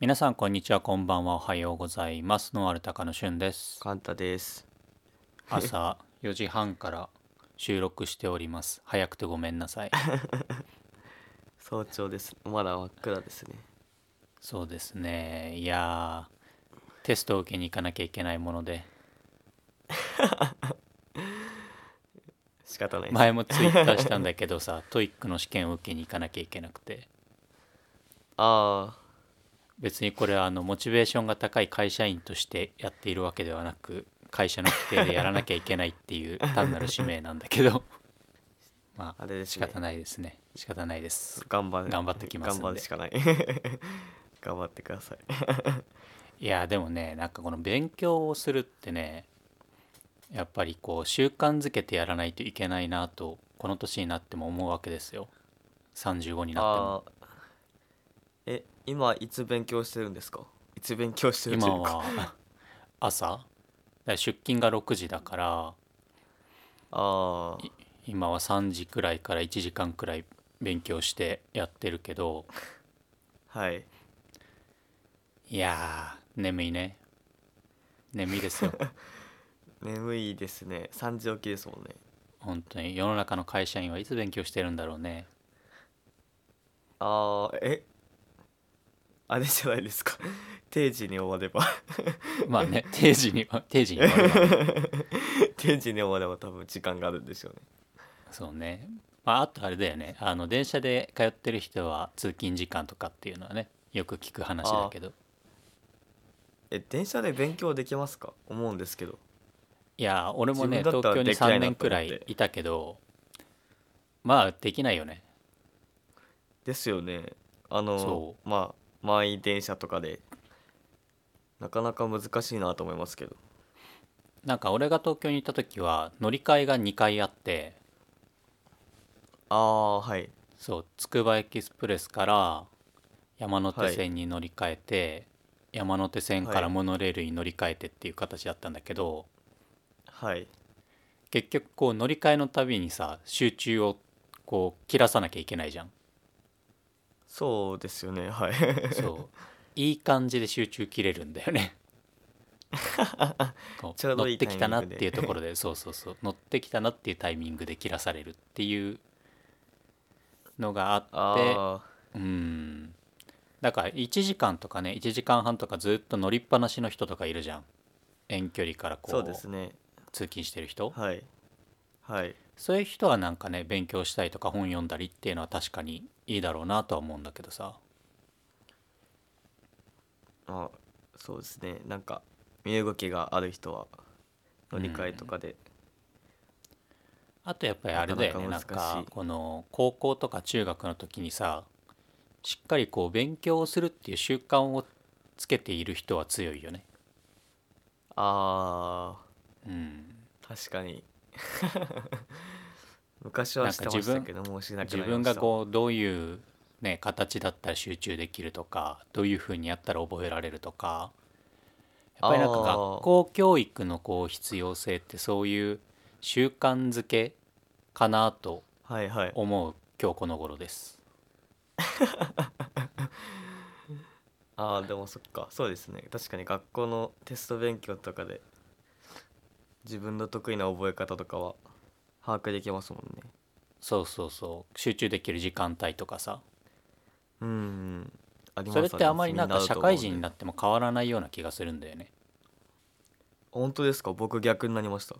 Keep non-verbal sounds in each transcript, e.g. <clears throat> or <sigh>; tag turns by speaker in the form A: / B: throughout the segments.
A: 皆さんこんにちはこんばんはおはようございますノンアルタカのしゅんです
B: カンタです。
A: 朝4時半から収録しております早くてごめんな
B: <laughs>
A: さい
B: 早朝です。まだ真っ暗ですね。
A: そうですねいやーテストを受けに行かなきゃいけないもので <laughs>
B: 仕方ないです。
A: 前もツイッターしたんだけどさトイックの試験を受けに行かなきゃいけなくて
B: あ
A: 別にこれはあのモチベーションが高い会社員としてやっているわけではなく会社の規定でやらなきゃいけないっていう単なる使命なんだけ
B: <laughs>
A: どま
B: あ、あ
A: あ
B: れです
A: 仕
B: ね。
A: 方ないですね仕方ないです
B: 頑張る。
A: 頑張ってきますんで
B: 頑張るしかない。 <laughs> 頑張ってください。
A: いやでもねなんかこの勉強をするってねやっぱりこう習慣づけてやらないといけないなとこの年になっても思うわけですよ35になっても
B: あーえ、今いつ勉強してるんですかいつ勉強してるんです
A: 今
B: か
A: は <laughs> 朝だから出勤が6時だから
B: あー
A: 今は3時くらいから1時間くらい勉強してやってるけど
B: はい。
A: いやー眠いね眠いですよ
B: 眠いですね。3時起きですもんね。
A: 本当に世の中の会社員はいつ勉強してるんだろうね
B: ああ、えあれじゃないですか。 <laughs> 定時に終われば。
A: まあ
B: <laughs>
A: ね定時には定時に終わるわね
B: 定時に終われば多分時間があるんですよね。
A: そうね、まあ、あとあれだよねあの電車で通ってる人は通勤時間とかっていうのはねよく聞く話だけど
B: え電車で勉強できますか思うんですけど
A: いや俺もね
B: 自分だ
A: 東
B: ったら
A: 京に
B: できないな
A: 3年くら
B: と思っ
A: い
B: て
A: いたけどまあできないよね
B: ですよねあの
A: そ
B: まあ満員電車とかでなかなか難しいなと思いますけど
A: なんか俺が東京にいた時は乗り換えが2回あって
B: ああーはい
A: そうつくばエキスプレスから山手線に乗り換えて、山手線から
B: はい
A: モノレールに乗り換えてっていう形だったんだけど、
B: はい
A: 結局こう乗り換えのたびにさ集中をこう切らさなきゃいけないじゃん
B: そうですよねはい
A: そういい感じで集中切れるんだよねこう
B: <laughs> ちょうどいい
A: 乗ってきたなっ
B: タイミングで
A: ていうところでそうそうそう乗ってきたなっていうタイミングで切らされるっていうのがあっ
B: <laughs> あ
A: てうんだから1時間とかね1時間半とかずっと乗りっぱなしの人とかいるじゃん遠距離から
B: あ
A: こ
B: そううですね
A: 通勤してる人
B: はいはい
A: そういう人はなんかね勉強したりとか本読んだりっていうのは確かにいいだろうなとは思うんだけどさ
B: あそうですねなんか身動きがある人は乗り換えとかで、
A: あとやっぱりあれだよねな
B: なんかなか難しい
A: かこの高校とか中学の時にさしっかりこう勉強をするっていう習慣をつけている人は強いよね。
B: あ
A: うん、
B: あ確かに <laughs> 昔はしてましたけどもうしなくなりました
A: 自分がこうどういう、ね、形だったら集中できるとかどういうふうにやったら覚えられるとかやっぱりなんか
B: あー
A: 学校教育のこう必要性ってそういう習慣づけかなと
B: はいはい
A: 思う今日この頃です。
B: ああでもそっかそうですね確かに学校のテスト勉強とかで自分の得意な覚え方とかは把握できますもんね
A: そうそうそう集中できる時間帯とかさ
B: うんうんあります
A: それってあまりなんか社会人にな
B: って
A: っても変わらないような気がするんだよね。
B: 本当ですか僕逆になりました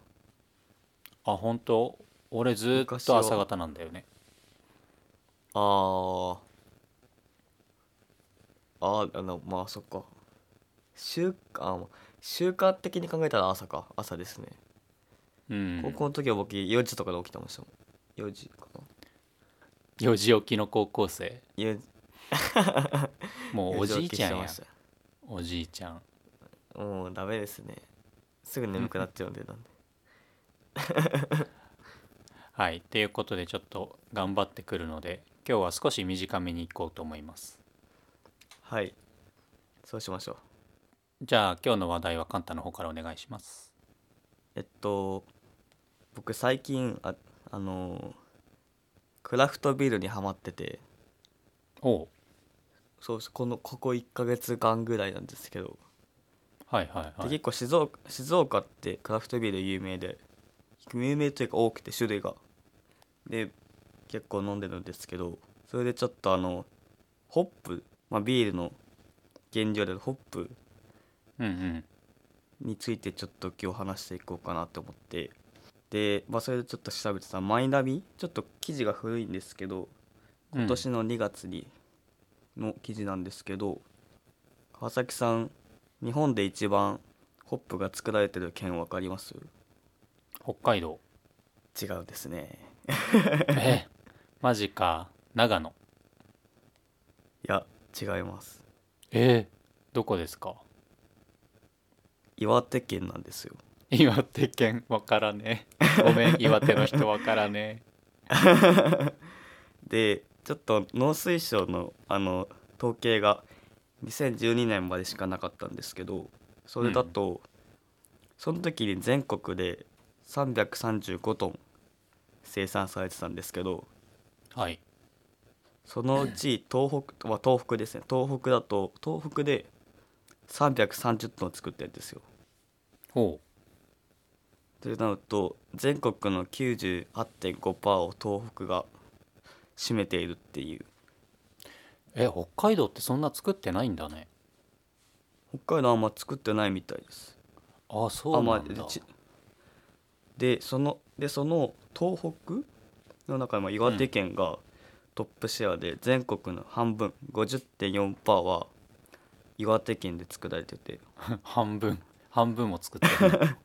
A: あ本当俺ずっ
B: 昔
A: と
B: は
A: 朝方なんだよね。
B: あーあーあのまあそっか習慣習慣的に考えたら朝か朝ですね、
A: うん、
B: 高校の時は僕4時とかで起きてましたもん4時かな
A: 4時起きの高校生
B: 4
A: もうおじいちゃん
B: 4時起きして
A: や
B: ました
A: おじいちゃん
B: もうダメですねすぐ眠くなっちゃうんでなんで
A: はいということでちょっと頑張ってくるので今日は少し短めに行こうと思います
B: はいそうしましょう
A: じゃあ今日の話題はカンタの方からお願いします
B: えっと僕最近ああのークラフトビールにハマってて
A: おう
B: そうですこのここ1ヶ月間ぐらいなんですけど、
A: はいはいは
B: で
A: い
B: 結構静岡静岡ってクラフトビール有名で有名というか多くて種類がで結構飲んでるんですけどそれでちょっとあのホップ、まあ、ビールの原料であるホップ
A: うんうん
B: についてちょっと今日話していこうかなと思ってで、まあ、それでちょっと調べてたマイナビちょっと記事が古いんですけど
A: うん
B: 今年の2月にの記事なんですけど、川崎さん日本で一番ホップが作られてる県わかります
A: 北海道
B: 違うですね
A: えマジか長野
B: いや違います
A: えー、どこですか
B: 岩手県なんですよ
A: 岩手県わからね <laughs> えごめん岩手の人わからね
B: でちょっと農水省のあの統計が2012年までしかなかったんですけどそれだと、その時に全国で335トン生産されてたんですけど
A: えはい
B: そのうち東北、まあ、東北ですね東北だと東北で330トン作ってるんですよ。
A: ほ
B: となると全国の98.5%を東北が占めているっていう
A: うえ北海道ってそんな作ってないんだね
B: 北海道はあんま作ってないみたいです。
A: あそうなん
B: あ
A: だ
B: まあちでそのでその東北の中でも岩手県がトップシェアで、全国の半分50.4%は岩手県で作られて <laughs> て
A: 半分半分も作って <laughs> るね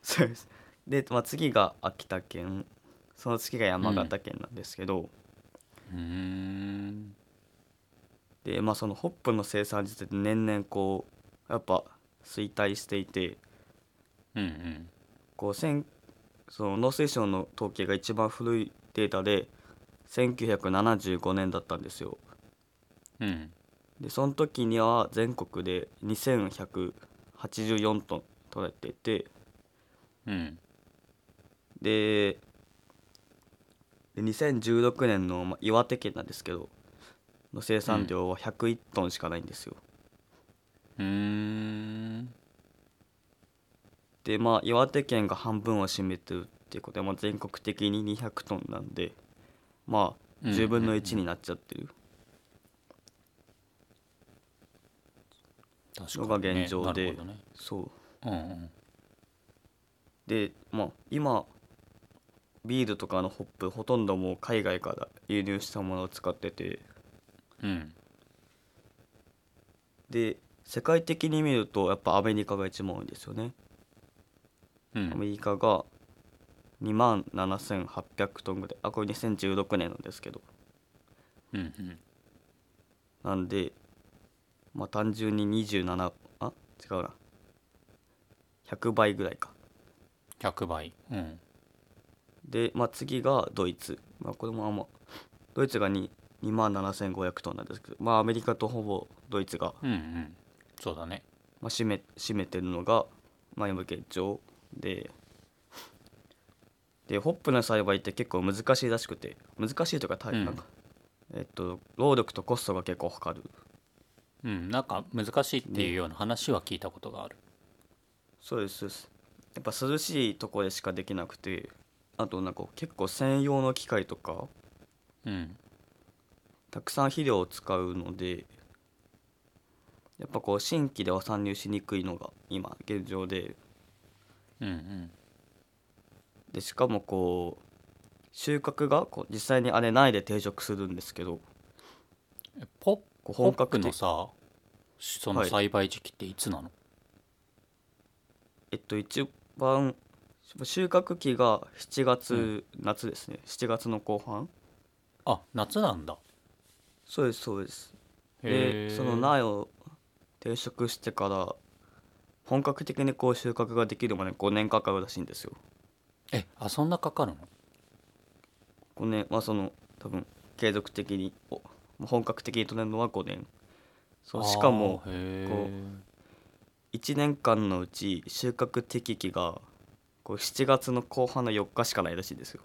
B: そうですで、まあ、次が秋田県その次が山形県なんですけど、
A: うーん
B: でまあそのホップの生産自体年々こうやっぱ衰退していて
A: うんうん
B: こう千その農水省の統計が一番古いデータで1975年だったんですよ
A: うん
B: でその時には全国で2184トン取れてて
A: うん
B: でで2016年の、まあ、岩手県なんですけどの生産量は101トンしかないんですよ、
A: うーん
B: でまあ岩手県が半分を占めてるっていうことで、まあ、全国的に200トンなんでまあ
A: うん
B: 10分の1になっちゃってる
A: 確
B: の
A: か
B: が
A: に、ね、
B: 現状で
A: なるほどね
B: そう
A: うんうん
B: でまあ今ビールとかのホップほとんどもう海外から輸入したものを使ってて
A: うん
B: で世界的に見るとやっぱアメリカが一番多いんですよね
A: う
B: ア
A: ん
B: メリカが2万7800トンぐらいあこれ2016年なんですけど
A: うんうん
B: なんでまあ単純に27あ違うな100倍ぐらいか
A: 100倍うん
B: で、まあ、次がドイツ、まあ、これもあんまドイツが2 2万7500トンなんですけど、まあ、アメリカとほぼドイツが、
A: うんうんそうだね
B: まあ、占め占めてるのが、まあ、今現状ででホップの栽培って結構難しいらしくて難しいというか,、
A: うん
B: なんかえっと労力とコストが結構かかる
A: うんなんか難しいっていうような話は聞いたことがある、
B: そうですそうですやっぱ涼しいところでしかできなくてあとなんか結構専用の機械とか
A: うん
B: たくさん肥料を使うのでやっぱこう新規では参入しにくいのが今現状で
A: うんうん
B: でしかもこう収穫がこう実際にあれ苗で定食するんですけど
A: えポッ
B: こう
A: ホ
B: 本
A: ップ
B: 格
A: の
B: 的
A: さその
B: はい
A: 栽培時期っていつなの、
B: えっと一番収穫期が7月、
A: うん
B: 夏ですね7月の後半
A: あ夏なんだ
B: そうですそうです
A: へ
B: で
A: え
B: その苗を定食してから本格的にこう収穫ができるまで5年かかるらしいんですよ
A: えあそんなかかるの
B: 5年まあその多分継続的にお本格的に取れるのは5年そうしかも
A: あーへ
B: こ
A: ー
B: 1年間のうち収穫適期がこう7月の後半の4日しかないらしいんですよ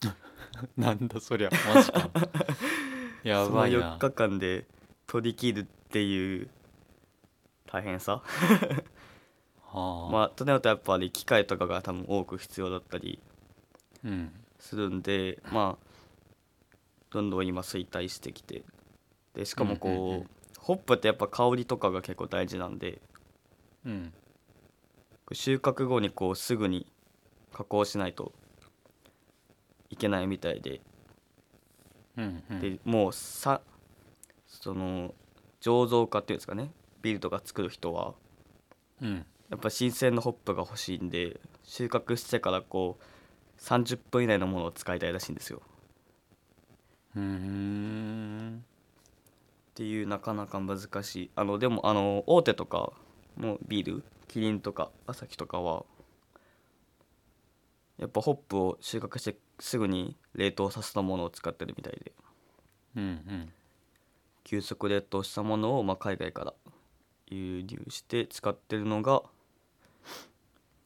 A: <laughs>
B: <laughs>
A: なんだそりゃマジかや
B: その
A: ばいな
B: 4日間で取り切るっていう大変
A: は
B: さ
A: あ、
B: まあとなるとやっぱり機械とかが多分多く必要だったり
A: うん
B: するんでまあどんどん今衰退してきてでしかもこう,、
A: うんうんうん
B: ホップってやっぱ香りとかが結構大事なんで
A: うん
B: 収穫後にこうすぐに加工しないといけないみたいで
A: うんうん
B: でもうさその醸造家っていうんですかねビールとか作る人は
A: うん
B: やっぱ新鮮なホップが欲しいんで収穫してからこう30分以内のものを使いたいらしいんですよ
A: うーん
B: っていうなかなか難しいあのでもあの大手とかもビールキリンとかアサヒとかはやっぱホップを収穫してすぐに冷凍させたものを使ってるみたいで
A: うんうん
B: 急速冷凍したものをまあ海外から輸入して使ってるのが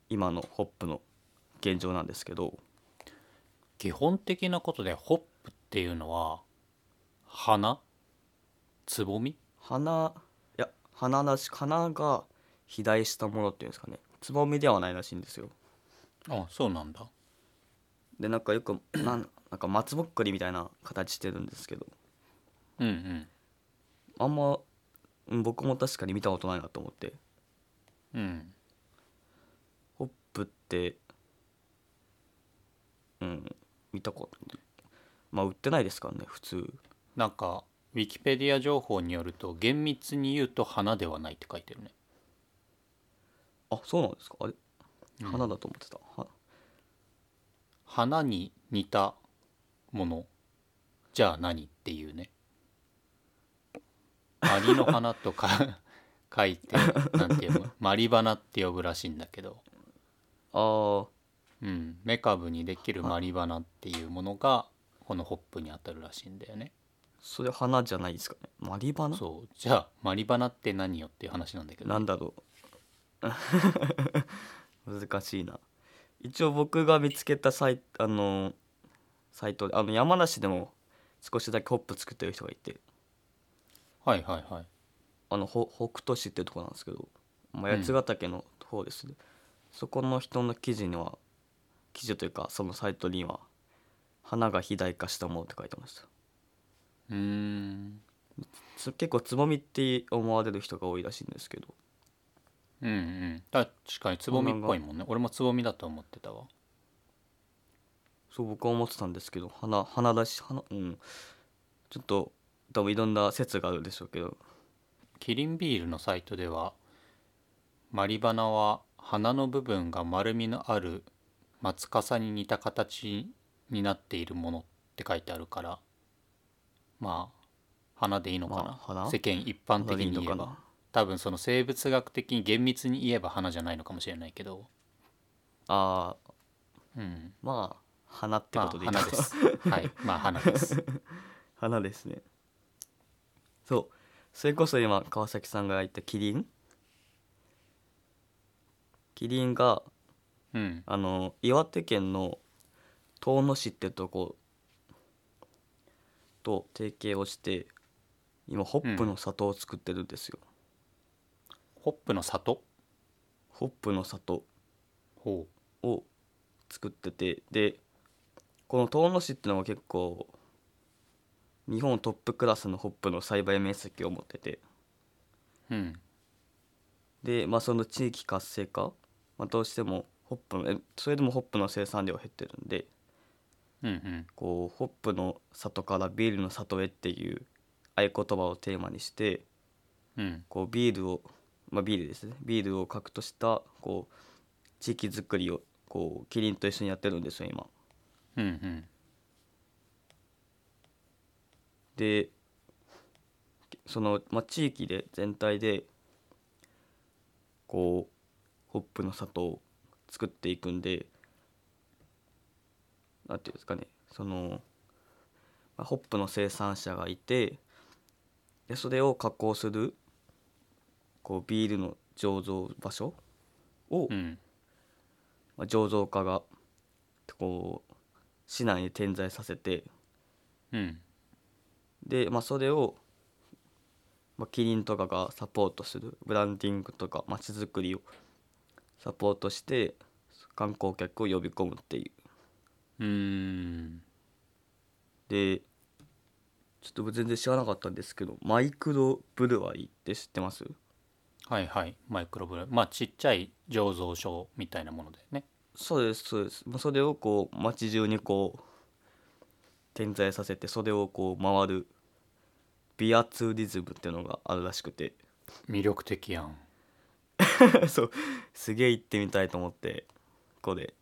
B: 今のホップの現状なんですけど
A: 基本的なことでホップっていうのは花つぼみ
B: 花いや花らし花が肥大したものっていうんですかねつぼみではないらしいんですよ
A: あそうなんだ
B: でなんかよく <clears throat> なんなんか松ぼっくりみたいな形してるんですけど
A: うんうん
B: あんまうん僕も確かに見たことないなと思って
A: うん
B: ホップってうん見たことまあ売ってないですからね普通
A: なんかウィキペディア情報によると厳密に言うと花ではないって書いてるね
B: あそうなんですかあれ
A: うん
B: 花だと思ってた、は
A: 花に似たものじゃあ何っていうねマリの花とか <laughs> 書いてなんていうマリ花って呼ぶらしいんだけど、
B: あー
A: うん、メカブにできるマリ花っていうものがこのホップにあたるらしいんだよね
B: それ花じゃないですかねマリバナ
A: そうじゃあマリ花って何よっていう話なんだけど
B: なんだろう <laughs> 難しいな一応僕が見つけたサイあのサイトであの山梨でも少しだけホップ作ってる人がいて
A: はいはいはい
B: あのほ北杜市っていうところなんですけど、まあ、八ヶ岳の方ですね、そこの人の記事には記事というかそのサイトには花が肥大化したものって書いてました
A: うーん
B: つ結構つぼみって思われる人が多いらしいんですけど
A: うんうん確かにつぼみっぽいもんね俺もつぼみだと思ってたわ
B: そう僕は思ってたんですけど花花だし花うんちょっと多分いろんな説があるでしょうけど
A: キリンビールのサイトではマリバナは花の部分が丸みのある松かさに似た形になっているものって書いてあるからまあ花でいいのかな
B: ま、あ花
A: 世間一般的
B: 花でいい
A: に
B: の
A: 言え
B: か
A: ば
B: な
A: 多分その生物学的に厳密に言えば花じゃないのかもしれないけど、
B: あー
A: うん、
B: まあ花って
A: ま
B: こ
A: あ
B: とでいいの
A: 花で
B: かな <laughs>
A: すはいまあ花です
B: 花ですねそうそれこそ今川崎さんが言ったキリンキリンが
A: うん
B: あの岩手県の遠野市ってとこと提携をして今ホップの里を作ってるんですよ、
A: ホップの里
B: ホップの里
A: ほ
B: を作っててでこの遠野市ってのは結構日本トップクラスのホップの栽培面積を持ってて
A: ううん
B: で、まあ、その地域活性化、まあ、どうしてもホップのえそれでもホップの生産量減ってるんで
A: うんうん
B: こうホップの里からビールの里へっていう合言葉をテーマにして
A: うん
B: こうビールを、まあ、ビールですねビールを核としたこう地域づくりをこうキリンと一緒にやってるんですよ今。
A: うんうん
B: でその、まあ、地域で全体でこうホップの里を作っていくんでなんていうんですかねその、まあ、ホップの生産者がいてでそれを加工するこうビールの醸造場所を、
A: うん
B: まあ、醸造家がこう市内に点在させて
A: うん
B: で、まあ、それをまあ、キリンとかがサポートするブランディングとかまちづくりをサポートして観光客を呼び込むっていう
A: うーん
B: でちょっと全然知らなかったんですけどマイクロブルワリーって知ってます
A: はいはいマイクロブルまあちっちゃい醸造所みたいなものだよね
B: そうですそうですまあそれをこう街中にこう点在させてそれをこう回るビアツーリズムっていうのがあるらしくて
A: 魅力的やん
B: <laughs> そうすげえ行ってみたいと思ってここで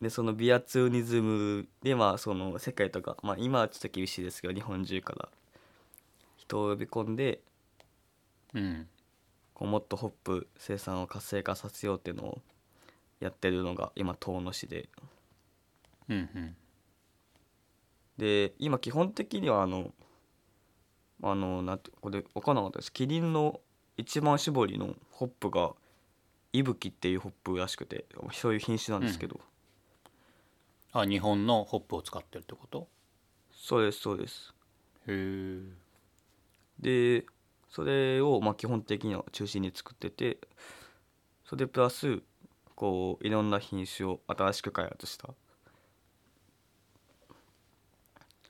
B: でそのビアツーリズムでまあその世界とか、まあ、今はちょっと厳しいですけど日本中から人を呼び込んで
A: うん
B: こうもっとホップ生産を活性化させようっていうのをやってるのが今遠野市で
A: うんうん
B: で今基本的にはあのあのなんてこれ分かんなかったですキリンの一番搾りのホップがいぶきっていうホップらしくてそういう品種なんですけど、
A: あ日本のホップを使ってるってこと
B: そうですそうです
A: へえ
B: でそれをまあ基本的には中心に作っててそれプラスこういろんな品種を新しく開発した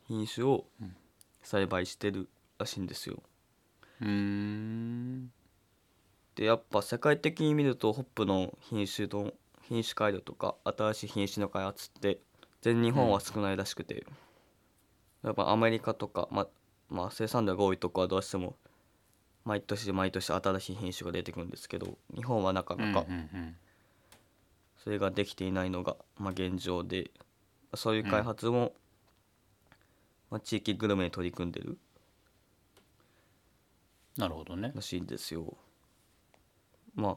B: 品種を
A: うん
B: 栽培してるらしいんですよ。
A: うーん
B: でやっぱ世界的に見るとホップの品種の品種改良とか新しい品種の開発って全日本は少ないらしくて、やっぱアメリカとか、ままあ、生産量が多いとこはどうしても毎年毎年新しい品種が出てくるんですけど日本はなか
A: うんう
B: なんか
A: うん
B: それができていないのが、まあ、現状でそういう開発も、まあ、地域グルメに取り組んでる
A: なるほどね
B: らしいんですよまあ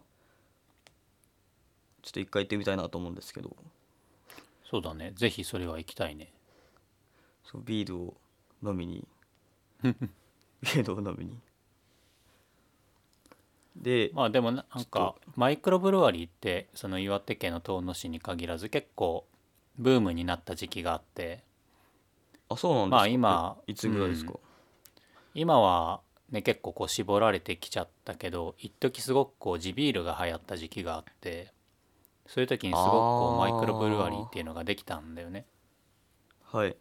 B: ちょっと一回行ってみたいなと思うんですけど
A: そうだねぜひそれは行きたいね
B: そうビールを飲
A: <laughs>
B: みにビールを飲みにで、
A: まあでもななんかマイクロブルワリーってその岩手県の遠野市に限らず結構ブームになった時期があって
B: あそうなんですか
A: まあ今
B: えいつぐらいですか、
A: 今はね結構こう絞られてきちゃったけど一時すごくこう地ビールが流行った時期があってそういう時にすごくこう
B: あ
A: マ
B: ー
A: イクロブルワリーっていうのができたんだよね
B: はい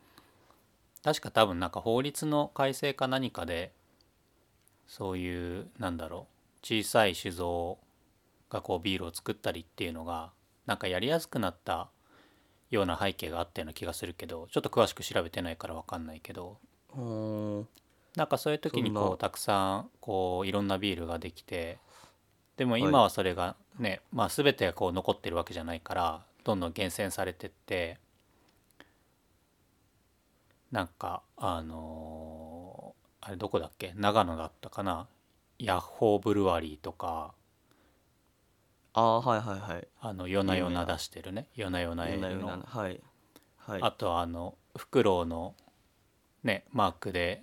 A: 確か多分なんか法律の改正か何かでそういうなんだろう小さい酒造がこうビールを作ったりっていうのがなんかやりやすくなったような背景があったような気がするけどちょっと詳しく調べてないから分かんないけど
B: うーん
A: なんかそういう時に
B: そん
A: こ
B: な
A: うたくさんこういろんなビールができてでも
B: い
A: 今はそれがね、まあ、全てがこう残ってるわけじゃないからどんどん厳選されてってなんかあのーあれどこだっけ長野だったかなヤッホーブルワリーとか
B: ああはいはいはい
A: あの夜な夜
B: 有
A: な
B: 名な
A: 出してるね夜な夜なエ
B: 夜
A: ー
B: な
A: ル
B: 夜
A: の
B: なはいはい
A: あとはあのフクロウのねマークで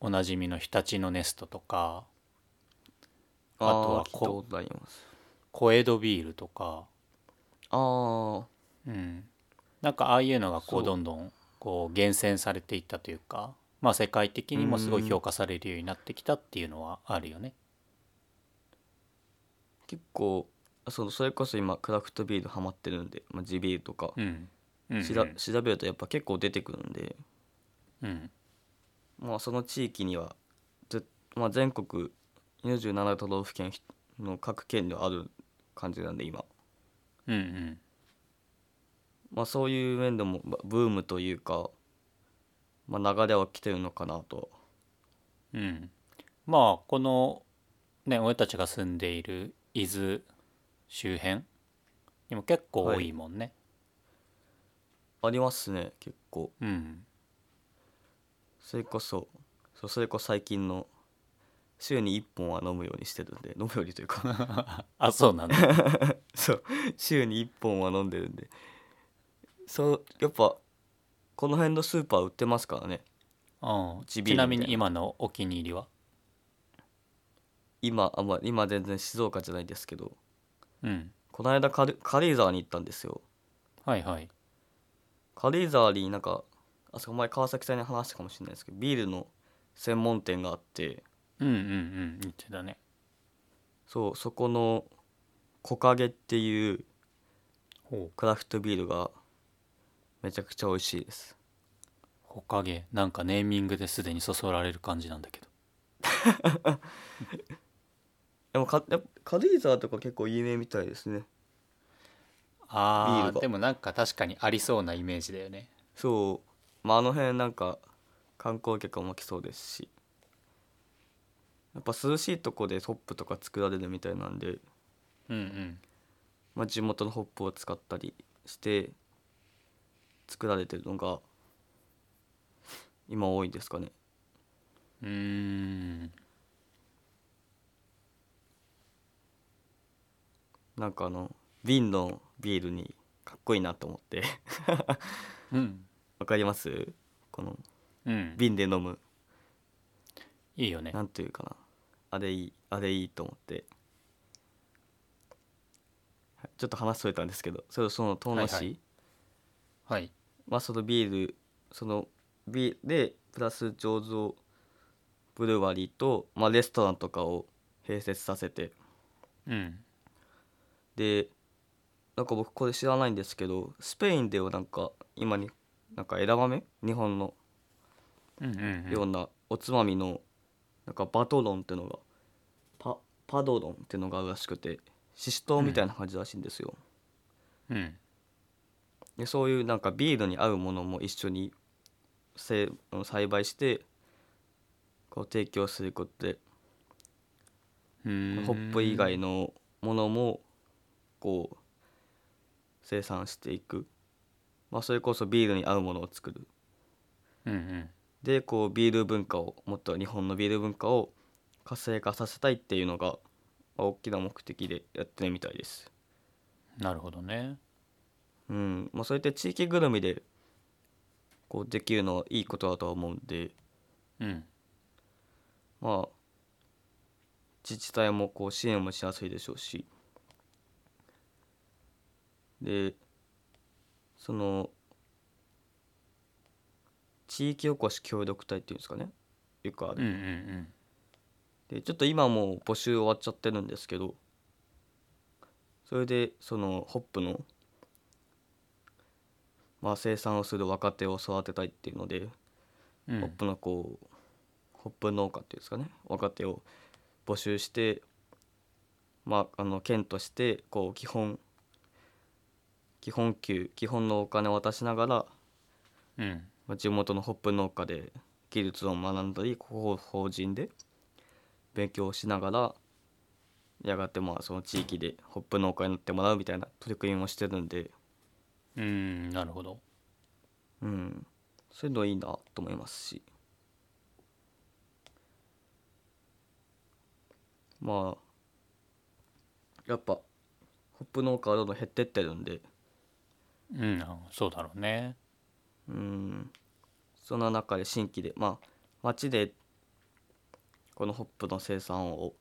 A: おなじみの日立のネストとかあとは
B: あー聞いたことあります
A: 小江戸ビールとか、
B: あー
A: うん、なんかああいうのがこ
B: そう
A: うどんどんこう厳選されていったというか、まあ、世界的にもすごい評価されるようになってきたっていうのはあるよね。
B: 結構そのそれこそ今クラフトビールハマってるんで、まあ、地ビールとか、
A: うんうんうん
B: しら調べるとやっぱ結構出てくるんで
A: うん
B: まあ、その地域には、ずまあ、全国47都道府県の各県ではある感じなんで今、
A: うんうん
B: まあ、そういう面でもまあブームというか、まあ、流れは来てるのかなと
A: うん、まあこのね俺たちが住んでいる伊豆周辺にも結構多いもんね。
B: ありますね結構
A: うん
B: それこそそうそれこそ最近の週に1本は飲むようにしてるんで飲むようにというか <laughs>
A: あそうなん <laughs> だ。
B: そう週に1本は飲んでるんでそうやっぱこの辺のスーパー売ってますからね
A: うん、
B: 地
A: ち
B: ビールみたいな
A: なみに今のお気に入りは、
B: 今あ、まあ、今全然静岡じゃないですけど
A: うん、
B: この間軽軽井沢に行ったんですよ
A: はいはい。
B: 軽井沢になんかあそこ前川崎さんに話したかもしれないですけどビールの専門店があって
A: うんうんうん言ってたね
B: そうそこの木陰っていう
A: ほう
B: クラフトビールがめちゃくちゃ美味しいです
A: ほかげなんかネーミングですでにそそられる感じなんだけど
B: でもかやっぱ軽井沢とか結構有名みたいですねビー
A: あ
B: ル
A: ー
B: が
A: でもなんか確かにありそうなイメージだよね
B: そう、まあ、あの辺なんか観光客も来そうですしやっぱ涼しいとこでホップとか作られるみたいなんで、
A: うんうん
B: まあ、地元のホップを使ったりして作られてるのが今多いんですかね
A: うーん
B: なんかあの瓶のビールにかっこいいなと思って <laughs>
A: うん
B: わかりますこの
A: うん
B: 瓶で飲む
A: いいよね
B: なんていうかなあれいいあれいいと思ってはいちょっと話それたんですけどそれその遠野市、
A: はいははい
B: まあそのビールそのビールでプラス醸造ブルワリーと、まあ、レストランとかを併設させて
A: うん
B: でなんか僕これ知らないんですけどスペインではなんか今になんか枝豆日本の
A: うんうんうん
B: ようなおつまみのなんかバトロンってのがパパドロンってのがあるらしくてシシトウみたいな感じらしいんですよ、
A: うん
B: でそういうなんかビールに合うものも一緒にせ栽培してこう提供することで
A: うーん
B: ホップ以外のものもこう生産していく、まあ、それこそビールに合うものを作る
A: うんうん
B: でこうビール文化をもっと日本のビール文化を活性化させたいっていうのが、まあ、大きな目的でやってるみたいです。
A: なるほどね
B: うんまあ、そうやって地域ぐるみでこうできるのはいいことだとは思うんで、
A: うん
B: まあ、自治体もこう支援もしやすいでしょうしでその地域おこし協力隊っていうんですかねよくあ
A: うんう
B: る、
A: んうん
B: でちょっと今もう募集終わっちゃってるんですけどそれでそのホップの、まあ、生産をする若手を育てたいっていうので
A: うん
B: ホップのこうホップ農家っていうんですかね若手を募集してまああの県としてこう基本基本給基本のお金を渡しながら、
A: うん
B: まあ、地元のホップ農家で技術を学んだりこう法人で勉強をしながらやがてまあその地域でホップ農家になってもらうみたいな取り組みもしてるんで、
A: うんなるほど
B: うん、そういうのいいなと思いますしまあやっぱホップ農家はどんどん減ってってるんで
A: うんあそうだろうね
B: うんそんな中で新規でまあ町でこのホップの生産を、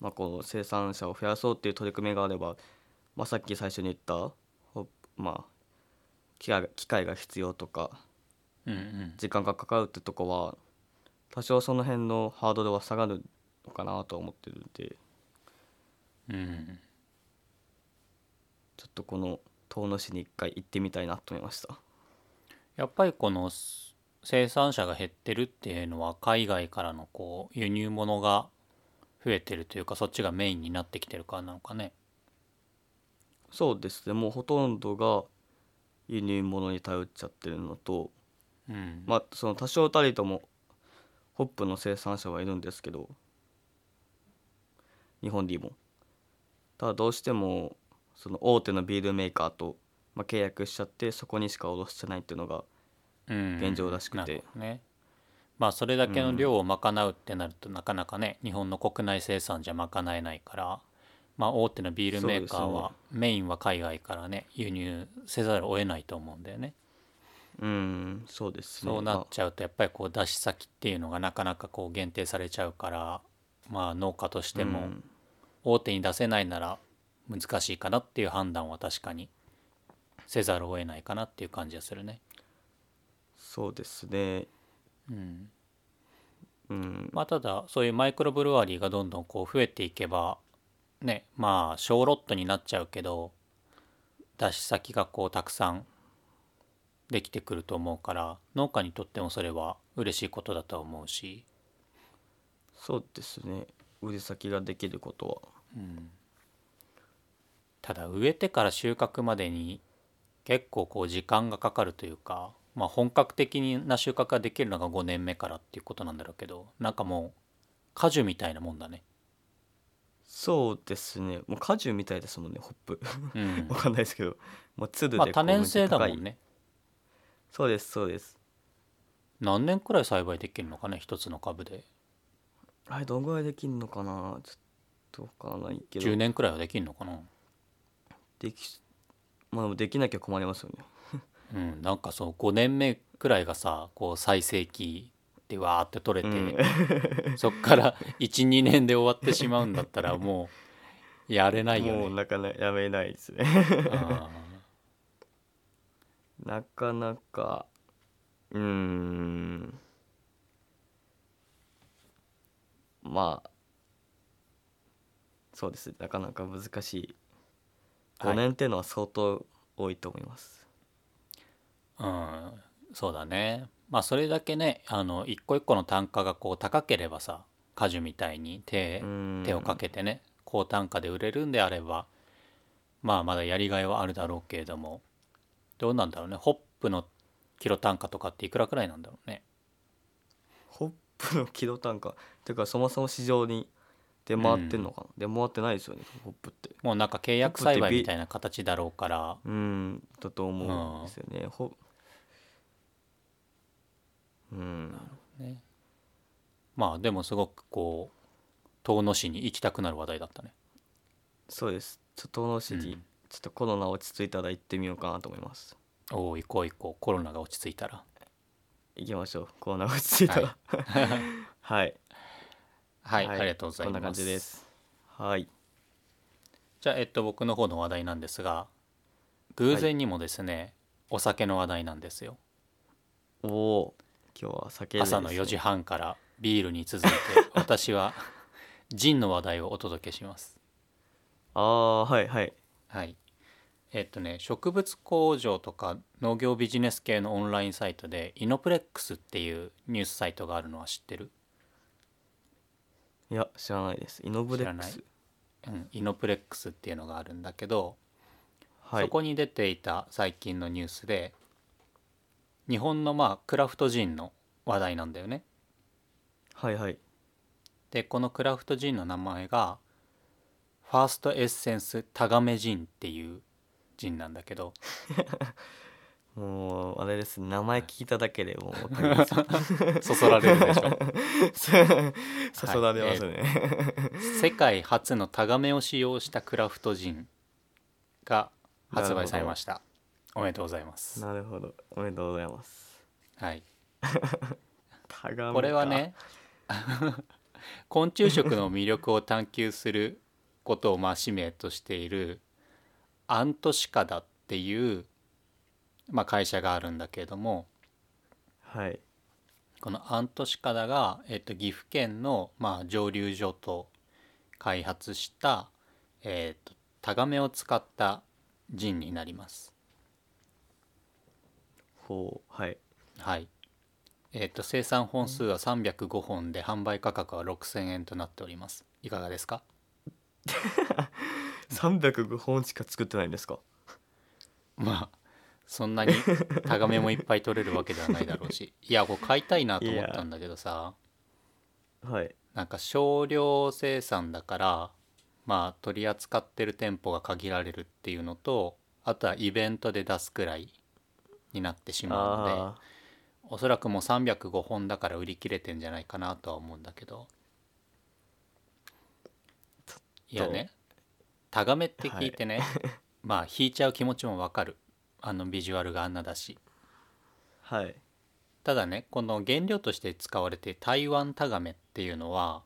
B: まあ、この生産者を増やそうっていう取り組みがあれば、まあ、さっき最初に言ったホップまあ機械が機械が必要とか
A: うんうん
B: 時間がかかるってとこは多少その辺のハードルは下がるのかなとは思ってるんで
A: うん
B: ちょっとこの遠野市に一回行ってみたいなと思いました
A: やっぱりこのす生産者が減ってるっていうのは海外からのこう輸入物が増えてるというかそっちがメインになってきてるからなのかね
B: そうですねもうほとんどが輸入物に頼っちゃってるのと
A: うん
B: まあその多少たりともホップの生産者はいるんですけど日本にもただどうしてもその大手のビールメーカーと、まあ、契約しちゃってそこにしか卸してないっていうのが
A: うん
B: 現状らしくて
A: なるほどねまあそれだけの量を賄うってなるとなかなかね日本の国内生産じゃ賄えないからまあ大手のビールメーカーは
B: そ
A: メインは海外からね輸入せざるを得ないと思うんだよね
B: うんそうですね
A: そうな
B: ま
A: っ
B: あ
A: ちゃうとやっぱりこう出し先っていうのがなかなかこう限定されちゃうからまあ農家として
B: う
A: も
B: ん
A: 大手に出せないなら難しいかなっていう判断は確かにせざるを得ないかなっていう感じがするね。
B: そうですね
A: うん
B: うん
A: まあ、ただそういうマイクロブルワリーがどんどんこう増えていけばねまあ小ロットになっちゃうけど出し先がこうたくさんできてくると思うから農家にとってもそれは嬉しいことだと思うし、
B: そうですね売り先ができること
A: うん、ただ植えてから収穫までに結構こう時間がかかるというか、まあ、本格的な収穫ができるのが5年目からっていうことなんだろうけどなんかもう果樹みたいなもんだね。
B: はそうですねもう果樹みたいですもんねホップ
A: うん
B: わかんないですけどもうつるで
A: まあ、
B: こ
A: 多
B: うめっ
A: 年
B: ち
A: 生
B: ゃ
A: だも
B: 高い
A: んね
B: そうですそうです
A: 何年くらい栽培できるのかね一つの株で
B: あれどんぐらいできんのかなちょっとわからないけど
A: 10年くらいはできるのかな
B: できまあでもできなきゃ困りますよね
A: うんなんかそう5年目くらいがさこう最盛期でわーって取れて、そっから12年で終わってしまうんだった
B: <laughs>
A: らもうやれないよ
B: もう
A: ね
B: なかなかやめないですね
A: あ
B: なかなかうーんまあそうですねなかなか難しい
A: はい
B: 5年っていうのは相当多いと思います、
A: ーうんそうだねまあそれだけねあの一個一個の単価がこう高ければさ果樹みたいに手
B: うん
A: 手をかけてね高単価で売れるんであればまあまだやりがいはあるだろうけれどもどうなんだろうねホップのキロ単価とかっていくらくらいなんだろうね
B: ホップの起動単価ていうかそもそも市場に出回ってんのかな、出回ってないですよねホップって
A: もうなんか契約栽培みたいな形だろうから
B: うんだと思うんですよねほうん
A: ねまあでもすごくこう遠野市に行きたくなる話題だったね
B: そうですちょっとの市に、
A: うん
B: ちょっとコロナ落ち着いたら行ってみようかなと思います
A: おお行こう行こうコロナが落ち着いたら
B: 行きましょうコロナ落ち着いたら <laughs> はい
A: はい、ありがとうございます
B: こんな感じですはい
A: じゃあえっと僕の方の話題なんですが偶然にもですね、お酒の話題なんですよ
B: おおー今日は酒類です
A: 朝
B: ね
A: の4時半からビールに続いて私は <laughs> ジンの話題をお届けします
B: ああはいはい
A: はいえっとね植物工場とか農業ビジネス系のオンラインサイトでイノプレックスっていうニュースサイトがあるのは知ってる、
B: いや知らないですイノブレック
A: 知
B: ス
A: うん、イノプレックスっていうのがあるんだけど、
B: は
A: そ
B: い
A: こに出ていた最近のニュースで日本のまあクラフトジンの話題なんだよね
B: はいはい
A: でこのクラフトジンの名前がファーストエッセンスタガメジンっていうジンなんだけど
B: もうあれですね名前聞いただけでもう分かります
A: そそられるでしょ
B: そそられますね、
A: 世界初のタガメを使用したクラフトジンが発売されましたおめでとうございます
B: なるほどおめでとうございます
A: はい
B: タガメか
A: これはね <laughs> 昆虫食の魅力を探求することをまあ使命としているアントシカダっていう、まあ、会社があるんだけれども
B: はい
A: このアントシカダが、えっと、岐阜県の、まあ、蒸留所と開発した、えっと、タガメを使ったジンになります。
B: ほうはい
A: はいえっと、生産本数は305本で販売価格は6000円となっております。いかがですか
B: 305本しか作ってないんですか
A: まあそんなにタガメもいっぱい取れるわけではないだろうしいやこう買いたいなと思ったんだけどさ
B: はい
A: なんか少量生産だからまあ取り扱ってる店舗が限られるっていうのとあとはイベントで出すくらいになってしまうので
B: あ
A: おそらくもう305本だから売り切れてんじゃないかなとは思うんだけどいやねタガメって聞いてね、まあ引いちゃう気持ちもわかるあのビジュアルがあんなだし
B: あはい
A: ただねこの原料として使われている台湾タガメっていうのは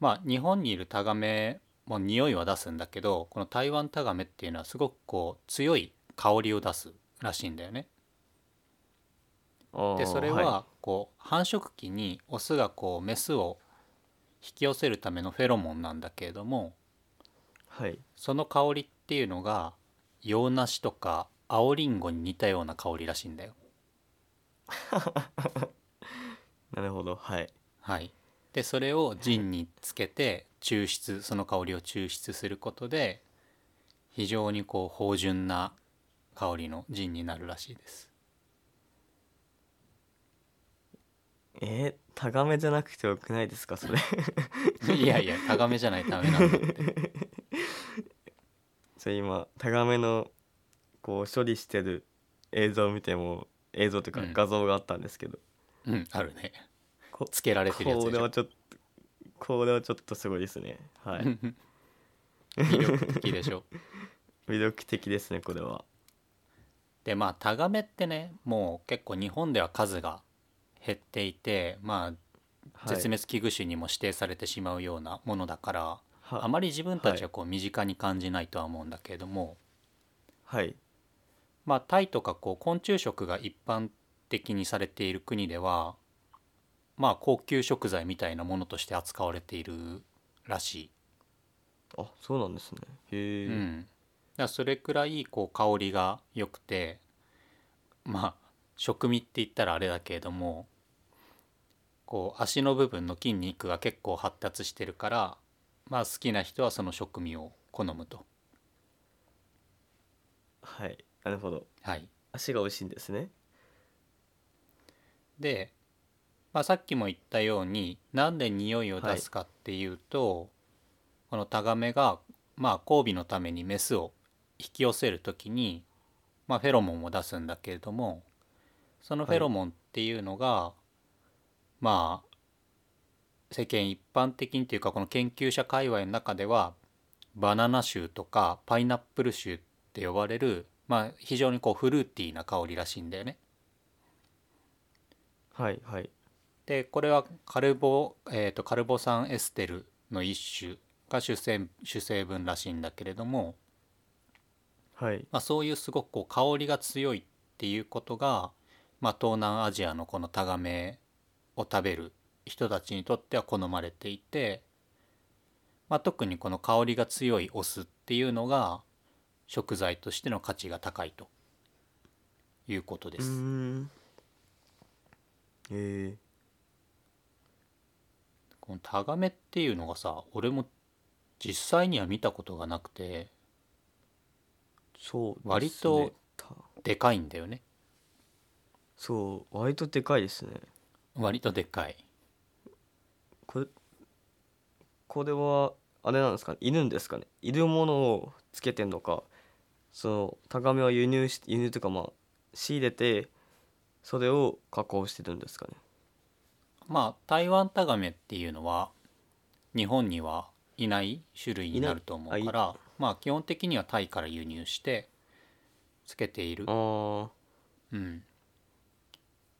A: まあ日本にいるタガメも匂いは出すんだけどこの台湾タガメっていうのはすごくこう強い香りを出すらしいんだよね。
B: あー
A: でそれはこう繁殖期にオスがこうメスを引き寄せるためのフェロモンなんだけれども
B: はい
A: その香りっていうのが洋梨とか青りんごに似たような香りらしいんだよ。
B: なるほどはい
A: はい、でそれをジンにつけて抽出その香りを抽出することで非常にこう芳醇な香りのジンになるらしいです。 <laughs>
B: えー、タガメじゃなくてよくないですかそれ <laughs>
A: いやいやタガメじゃないためなんだって。
B: じゃあ今タガメのこう処理してる映像を見ても映像というか
A: うん
B: 画像があったんですけど、
A: うんあるね。
B: こ
A: つけられてるやつ
B: こ
A: でし
B: れは
A: ょ。
B: ちょっとこれはちょっとすごいですねはい
A: <laughs> 魅力的でしょ。
B: 魅力的ですねこれは
A: でまあタガメってねもう結構日本では数が減っていてまあ
B: はい
A: 絶滅危惧種にも指定されてしまうようなものだから、
B: は
A: あまり自分たちはこう身近に感じないとは思うんだけれども、
B: はい
A: まあ、タイとかこう昆虫食が一般的にされている国では、まあ、高級食材みたいなものとして扱われているらし
B: あそうなんですねへ
A: い、
B: え、
A: うん、だからそれくらいこう香りが良くてまあ食味って言ったらあれだけれどもこう足の部分の筋肉が結構発達してるから、まあ、好きな人はその食味を好むと。
B: はいなるほど
A: はい
B: 足が美味しいんですね
A: で、まあ、さっきも言ったようになんで匂いを出すかっていうと、このタガメが、まあ、交尾のためにメスを引き寄せる時に、まあ、フェロモンを出すんだけれどもそのフェロモンっていうのが、まあ世間一般的にというかこの研究者界隈の中ではバナナ臭とかパイナップル臭って呼ばれる、まあ、非常にこうフルーティーな香りらしいんだよね。
B: はいはい
A: でこれはカルボ、えー、とカルボ酸エステルの一種が主成主成分らしいんだけれども、
B: はい
A: まあ、そういうすごくこう香りが強いっていうことが、まあ、東南アジアのこのタガメを食べる人たちにとっては好まれていて、まあ、特にこの香りが強いオスっていうのが食材としての価値が高いということで
B: うー
A: す。
B: んへえ
A: このタガメっていうのがさ俺も実際には見たことがなくて
B: そうですね
A: 割と
B: た
A: でかいんだよね
B: そう割とでかいですね
A: 割とでかい
B: これこれはあれなんですかねいるんですかねいるものをつけてんのかそのタガメは輸入し輸入というかまあ仕入れてそれを加工してるんですかね
A: まあ台湾タガメっていうのは日本にはいない種類になると思うか
B: いない
A: らまあ基本的にはタイから輸入してつけている、
B: あ
A: うん、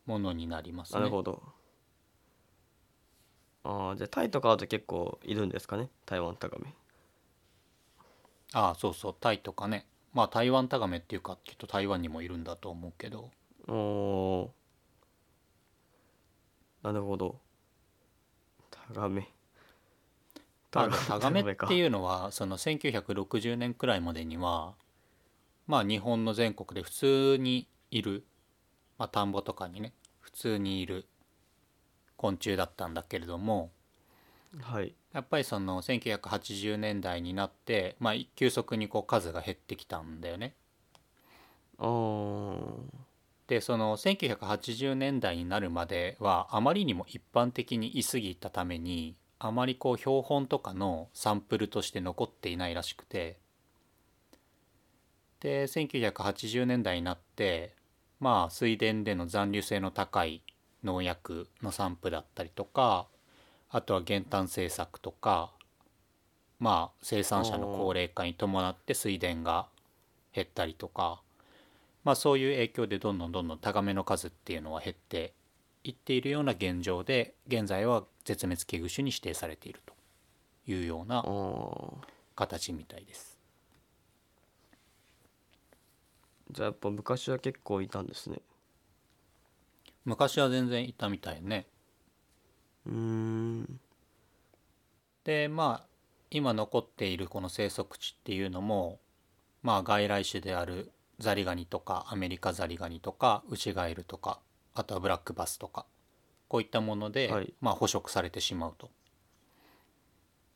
A: ものになりま
B: あ
A: す
B: な
A: ね
B: るほど、ああじゃあタイとかだと結構いるんですかね台湾タガメ
A: ああそうそうタイとかねまあ台湾タガメっていうかきっと台湾にもいるんだと思うけど
B: おーなるほどタガメ
A: まあ、タガメっ
B: か
A: ていうのはその1960年くらいまでにはまあ日本の全国で普通にいる、まあ、田んぼとかにね普通にいる昆虫だったんだけれども
B: はい
A: やっぱりその1980年代になって、まあ、急速にこう数が減ってきたんだよね。
B: あー
A: でその1980年代になるまではあまりにも一般的にいすぎたためにあまりこう標本とかのサンプルとして残っていないらしくてで1980年代になってまあ水田での残留性の高い農薬の散布だったりとかあとは減反政策とかまあ生産者の高齢化に伴って水田が減ったりとか。まあ、そういう影響でどんどんどんどんタガメの数っていうのは減っていっているような現状で現在は絶滅危惧種に指定されているというような
B: あー
A: 形みたいです。
B: じゃあやっぱ昔は結構いたんですね
A: 昔は全然いたみたいね
B: うーん
A: でまあ今残っているこの生息地っていうのもまあ外来種であるザリガニとかアメリカザリガニとかウシガエルとかあとはブラックバスとかこういったもので、
B: はい
A: まあ捕食されてしまうと。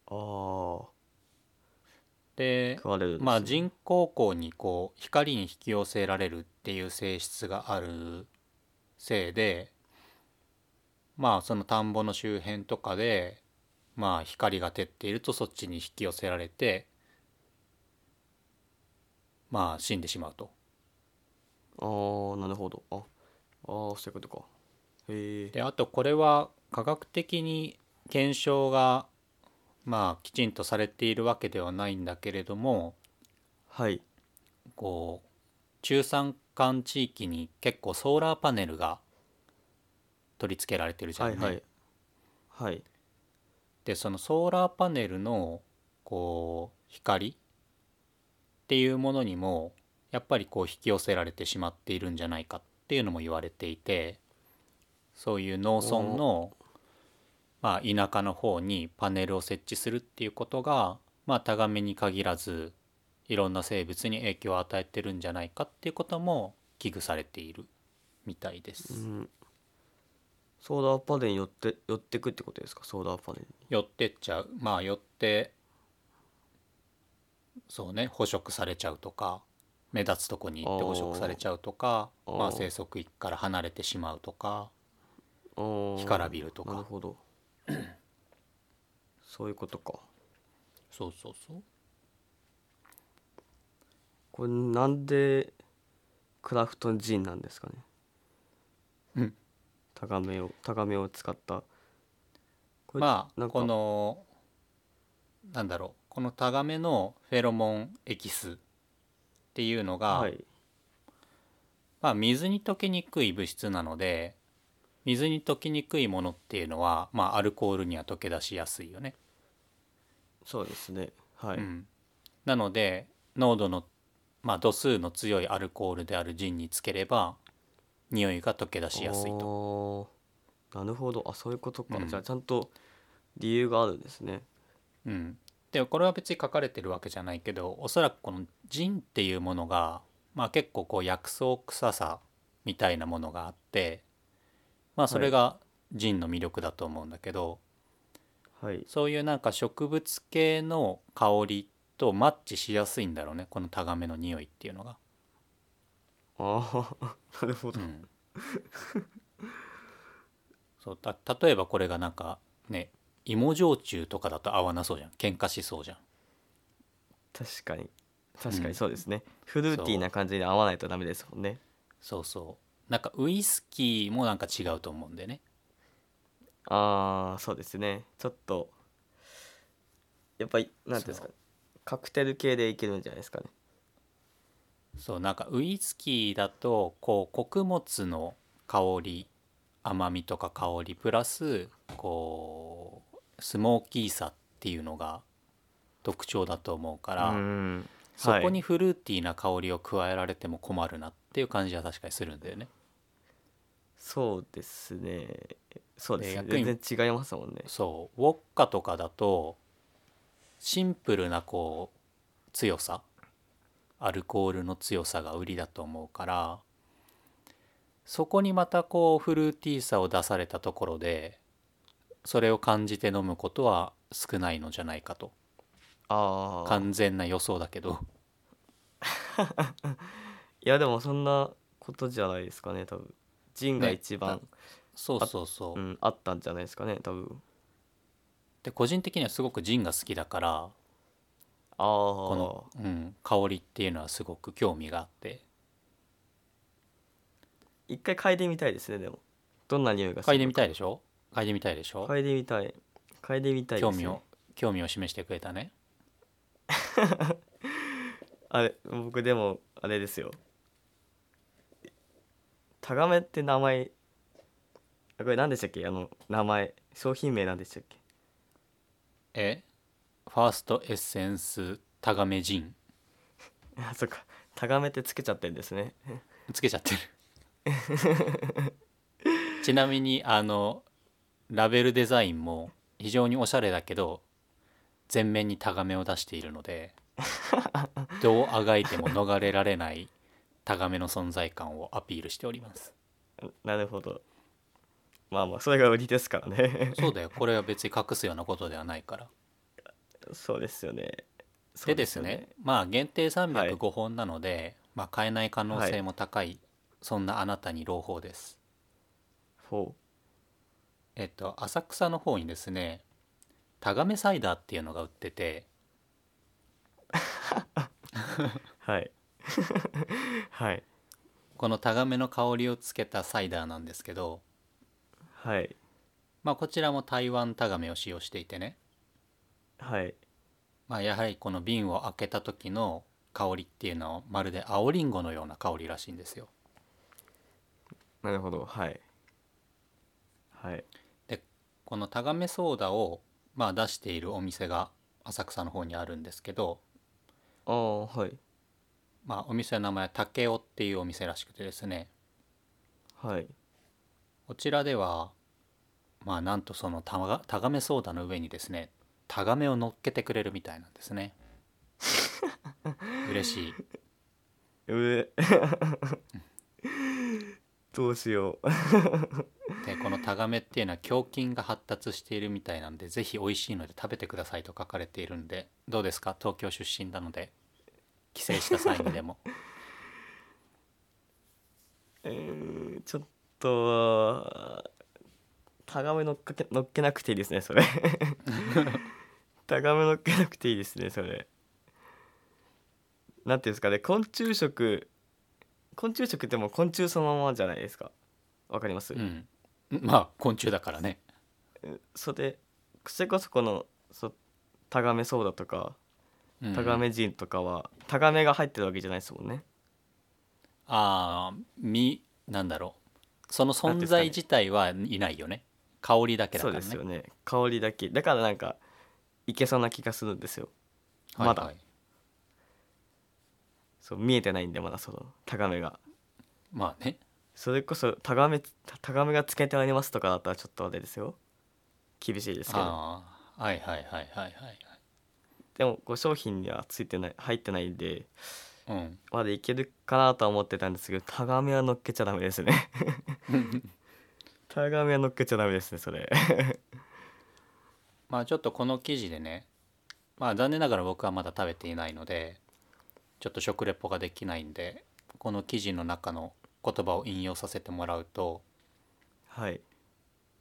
B: あー
A: で
B: 食われるんですね
A: まあ人工光にこう光に引き寄せられるっていう性質があるせいでまあその田んぼの周辺とかでまあ光が照っているとそっちに引き寄せられてまあ死んでしまうと。
B: あーなるほどああーそういうことかへえ
A: であとこれは科学的に検証がまあきちんとされているわけではないんだけれども
B: はい
A: こう中山間地域に結構ソーラーパネルが取り付けられてるじゃ
B: は
A: ないい、
B: はいはい
A: でそのソーラーパネルのこう光っていうものにもやっぱりこう引き寄せられてしまっているんじゃないかっていうのも言われていてそういう農村の、まあ、田舎の方にパネルを設置するっていうことが、まあ、タガメに限らずいろんな生物に影響を与えてるんじゃないかっていうことも危惧されているみたいです。
B: うんソーダーパネルに寄って寄ってくってことですかソーダーパネルに
A: 寄ってっちゃうまあ寄ってそうね捕食されちゃうとか目立つとこに行って捕食されちゃうとか
B: あー
A: まあ、
B: あー
A: 生息域から離れてしまうとか
B: あー
A: 干からびるとか
B: なるほど <clears throat> そういうことか
A: そうそうそう
B: これなんでクラフトジンなんですかね
A: うん
B: タガメをタガメを使ったこれ
A: ま
B: な
A: あ
B: んか
A: このなんだろうこのタガメのフェロモンエキスっていうのが、
B: はい
A: まあ、水に溶けにくい物質なので水に溶けにくいものっていうのは、まあ、アルコールには溶け出しやすいよね。
B: そうですねはい、
A: うん、なので濃度の、まあ、度数の強いアルコールであるジンにつければ匂いが溶け出しやすいと
B: となるほどあそういうことか、
A: うん
B: じゃあちゃんと理由があるんですね
A: うん、でこれは別に書かれてるわけじゃないけどおそらくこのジンっていうものが、まあ、結構こう薬草臭さみたいなものがあって、まあ、それがジンの魅力だと思うんだけど、
B: はい
A: そういうなんか植物系の香りとマッチしやすいんだろうねこのタガメの匂いっていうのが。
B: ああ <laughs> なるほど、
A: うん、 <laughs> そうた例えばこれがなんかね芋焼酎とかだと合わなそうじゃん喧嘩しそうじゃん
B: 確かに
A: ん
B: 確かにそうですね、フルーティーな感じに合わないとダメですもんね
A: そうそうなんかウイスキーもなんか違うと思うんでね
B: ああそうですねちょっとやっぱりなんていうんですか
A: そ
B: カクテル系でいけるんじゃないですかね
A: そうなんかウイスキーだとこう穀物の香り甘みとか香りプラスこうスモーキーさっていうのが特徴だと思うから、
B: うん
A: そこ
B: はい
A: にフルーティーな香りを加えられても困るなっていう感じは確かにするんだよね。
B: そうですねそうですね
A: で
B: 全
A: 逆に
B: 然違いますもんね
A: そうウォッカとかだとシンプルなこう強さアルコールの強さが売りだと思うからそこにまたこうフルーティーさを出されたところでそれを感じて飲むことは少ないのじゃないかと
B: ああ
A: 完全な予想だけど
B: いやでもそんなことじゃないですかね多分ジンが
A: ね
B: 一番、
A: そうそうそう、
B: うん、あったんじゃないですかね多分
A: で個人的にはすごくジンが好きだから
B: ああ
A: この、うん、香りっていうのはすごく興味があって
B: 一回嗅いでみたいですねでもどんな匂いがす
A: 嗅
B: る
A: いでみた
B: い
A: いでしょ嗅いでみたいでしょ
B: 嗅いでみたい嗅いでみたいです
A: 興
B: ね、
A: 味を興味を示してくれたね
B: あれ僕でもあれですよタガメって名前あこれ何でしたっけあの名前商品名何でしたっけ <laughs>
A: えファーストエッセンスタガメジン
B: あそっか <laughs> タガメってつけちゃってるんですね
A: つけちゃってるちなみにあのラベルデザインも非常におしゃれだけど全面にタガメを出しているの
B: <laughs>
A: でどうあがいても逃れられないタガメの存在感をアピールしております
B: <laughs> なるほどまあまあそれが売りですからね <laughs>
A: そうだよこれは別に隠すようなことではないから
B: そうですよねそ
A: で
B: う
A: ですねまあ限定
B: はい
A: 305本なので、まあ、買えない可能性も高い、そんなあなたに朗報です
B: ほ
A: えっと浅草の方にですねタガメサイダーっていうのが売ってて
B: うはい <laughs> はい
A: このタガメの香りをつけたサイダーなんですけど、
B: はい
A: まあ、こちらも台湾タガメを使用していてね、
B: はい
A: まあ、やはりこの瓶を開けた時の香りっていうのはまるで青りんごのような香りらしいんですよ
B: なるほどはいはい
A: このタガメソーダをまあ出しているお店が浅草の方にあるんですけど、
B: ああはい
A: まあ、お店の名前は竹雄っていうお店らしくてですね
B: はい
A: こちらではまあなんとそのタガタガメソーダの上にですねタガメを乗っけてくれるみたいなんですね嬉しいう
B: え <laughs> どうしよう
A: でこのタガメっていうのは胸筋が発達しているみたいなんでぜひ美味しいので食べてくださいと書かれているんでどうですか東京出身なので帰省した際にでも
B: うーんちょっとタガメ乗っかけ乗っけなくていいです
A: <laughs>
B: ねそれタガメ乗っけなくていいですねそれなんていうんですかね昆虫食昆虫食ってもう昆虫そのままじゃないですかわかります、
A: うんまあ昆虫だからね
B: それそれこそこのそタガメソーダとか
A: うん
B: タガメジンとかは、タガメが入ってるわけじゃないですもんね
A: ああみなんだろうその存在自体はいないよね香りだけだ
B: そ
A: から
B: うで
A: ね
B: すよね香りだけだからなんかいけそうな気がするんですよ
A: はい
B: まだ
A: はい
B: そう見えてないんでまだそのタガメが
A: まあね
B: それこそタガメタタガメがつけてありますとかだったらちょっとあれですよ厳しいですけど
A: ああはいはいはいはいはい
B: でもこう商品にはついてない入ってないんで
A: はい
B: まだいけるかなとは思ってたんですけどタガメは乗っけちゃダメです
A: <laughs>
B: ね
A: うん
B: タガメは乗っけちゃダメですねそれ
A: まあちょっとこの記事でねまあ残念ながら僕はまだ食べていないのでちょっと食レポができないんでこの記事の中の言葉を引用させてもらうと
B: はい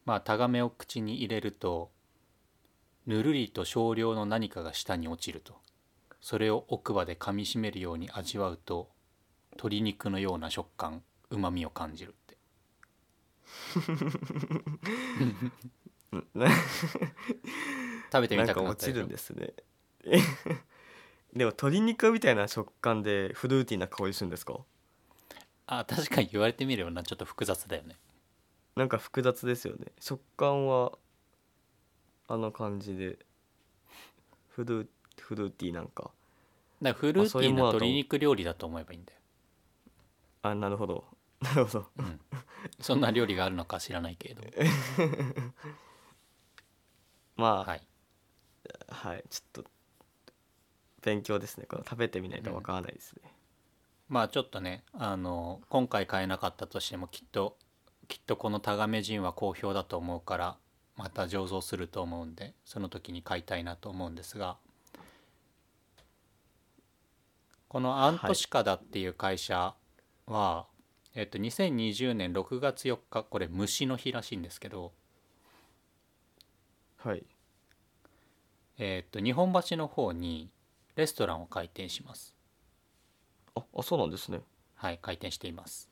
A: まあタガメを口に入れるとぬるりと少量の何かが舌に落ちるとそれを奥歯で噛みしめるように味わうと鶏肉のような食感うまみを感じるっ
B: <laughs>
A: て
B: んな
A: 食べてみ
B: な
A: た
B: んか
A: くな
B: 落
A: ったで
B: ち
A: しょ
B: るんですねでも鶏肉みたいな食感でフルーティーな香りするんですか
A: あ確かに言われてみればなちょっと複雑だよね
B: なんか複雑ですよね食感はあの感じでフルーフルーティーなんか
A: だからフルーテ
B: そうい
A: ィー
B: う
A: な
B: ものだと
A: 鶏肉料理だと思えばいいんだよ
B: あなるほど <laughs> なるほど
A: そんな料理があるのか知らないけれ
B: <laughs>
A: ど
B: まあ
A: は
B: はい、
A: い
B: ちょっと勉強ですねこの食べてみないとわからないですね、
A: まあちょっとねあの今回買えなかったとしてもきっときっとこのタガメ人は好評だと思うからまた醸造すると思うんでその時に買いたいなと思うんですがこのアントシカダっていう会社は、えっと、2020年6月4日これ虫の日らしいんですけど、
B: はい
A: えーっと日本橋の方にレストランを開店します
B: ああそうなんですね
A: はい開店しています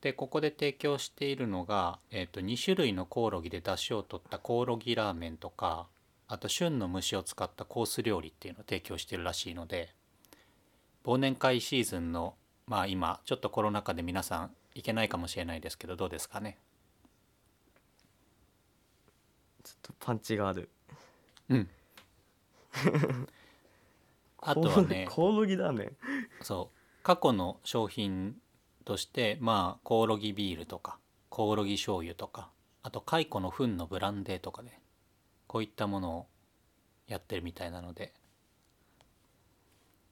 A: でここで提供しているのが、えーっと2種類のコオロギで出汁を取ったコオロギラーメンとかあと旬の虫を使ったコース料理っていうのを提供しているらしいので忘年会シーズンのまあ今ちょっとコロナ禍で皆さん行けないかもしれないですけどどうですかね
B: ちょっとパンチがある
A: うんあとはね
B: コオロギラーメン
A: そう過去の商品としてまあコオロギビールとかコオロギ醤油とかあと蚕の糞のブランデーとかでこういったものをやってるみたいなので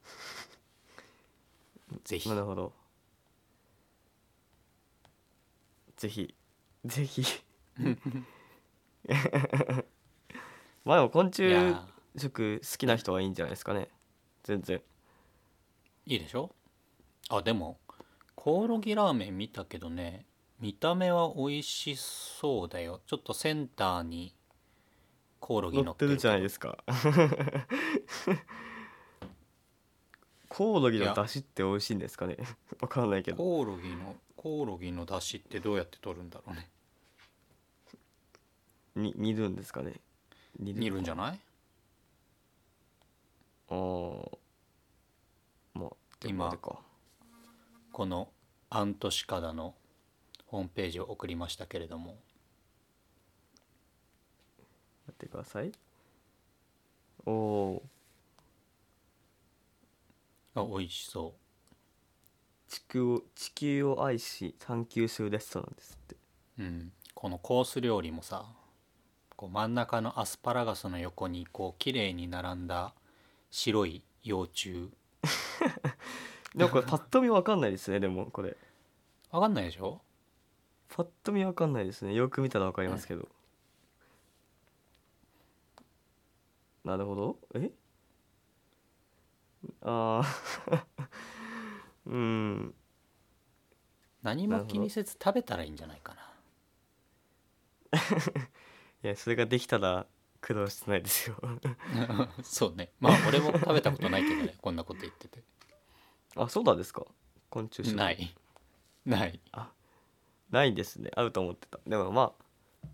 A: <laughs> ぜひ
B: なるほどぜひぜ
A: <laughs>
B: ひ <laughs> まあでも昆
A: いや
B: 虫
A: ー
B: 食好きな人はいいんじゃないですかね全然
A: いいでしょあでもコオロギラーメン見たけどね見た目は美味しそうだよちょっとセンターにコオロギ
B: 乗
A: 乗
B: っ
A: ってて
B: る
A: る
B: じゃないですか <laughs> コオロギの出汁って美味しいんですかね <laughs> わかんないけど
A: コオロギのコオロギの出汁ってどうやって取るんだろうね
B: に煮るんですかね煮
A: 煮るんじゃ
B: い
A: ない
B: あーまあでも
A: 今
B: あれか
A: このアントシカダのホームページを送りましたけれども
B: やってくださいおお
A: あ美味しそ
B: 地球を地球を愛し探求するレストランですって
A: う、うん、このコース料理もさこう真ん中のアスパラガスの横にこう綺麗に並んだ白い幼虫
B: でもこれパッと見わかんないですねでもこれ
A: わかんないでしょ
B: パッと見わかんないですねよく見たらわかりますけど、なるほどえああ <laughs> うん
A: 何も気にせず食べたらいいんじゃないかない
B: やそれができたら苦労してないですよ
A: <laughs> そうねまあ俺も食べたことないけどねこんなこと言ってて
B: あそうなんですか昆虫食
A: ないない
B: ないですね合うと思ってたでもまあ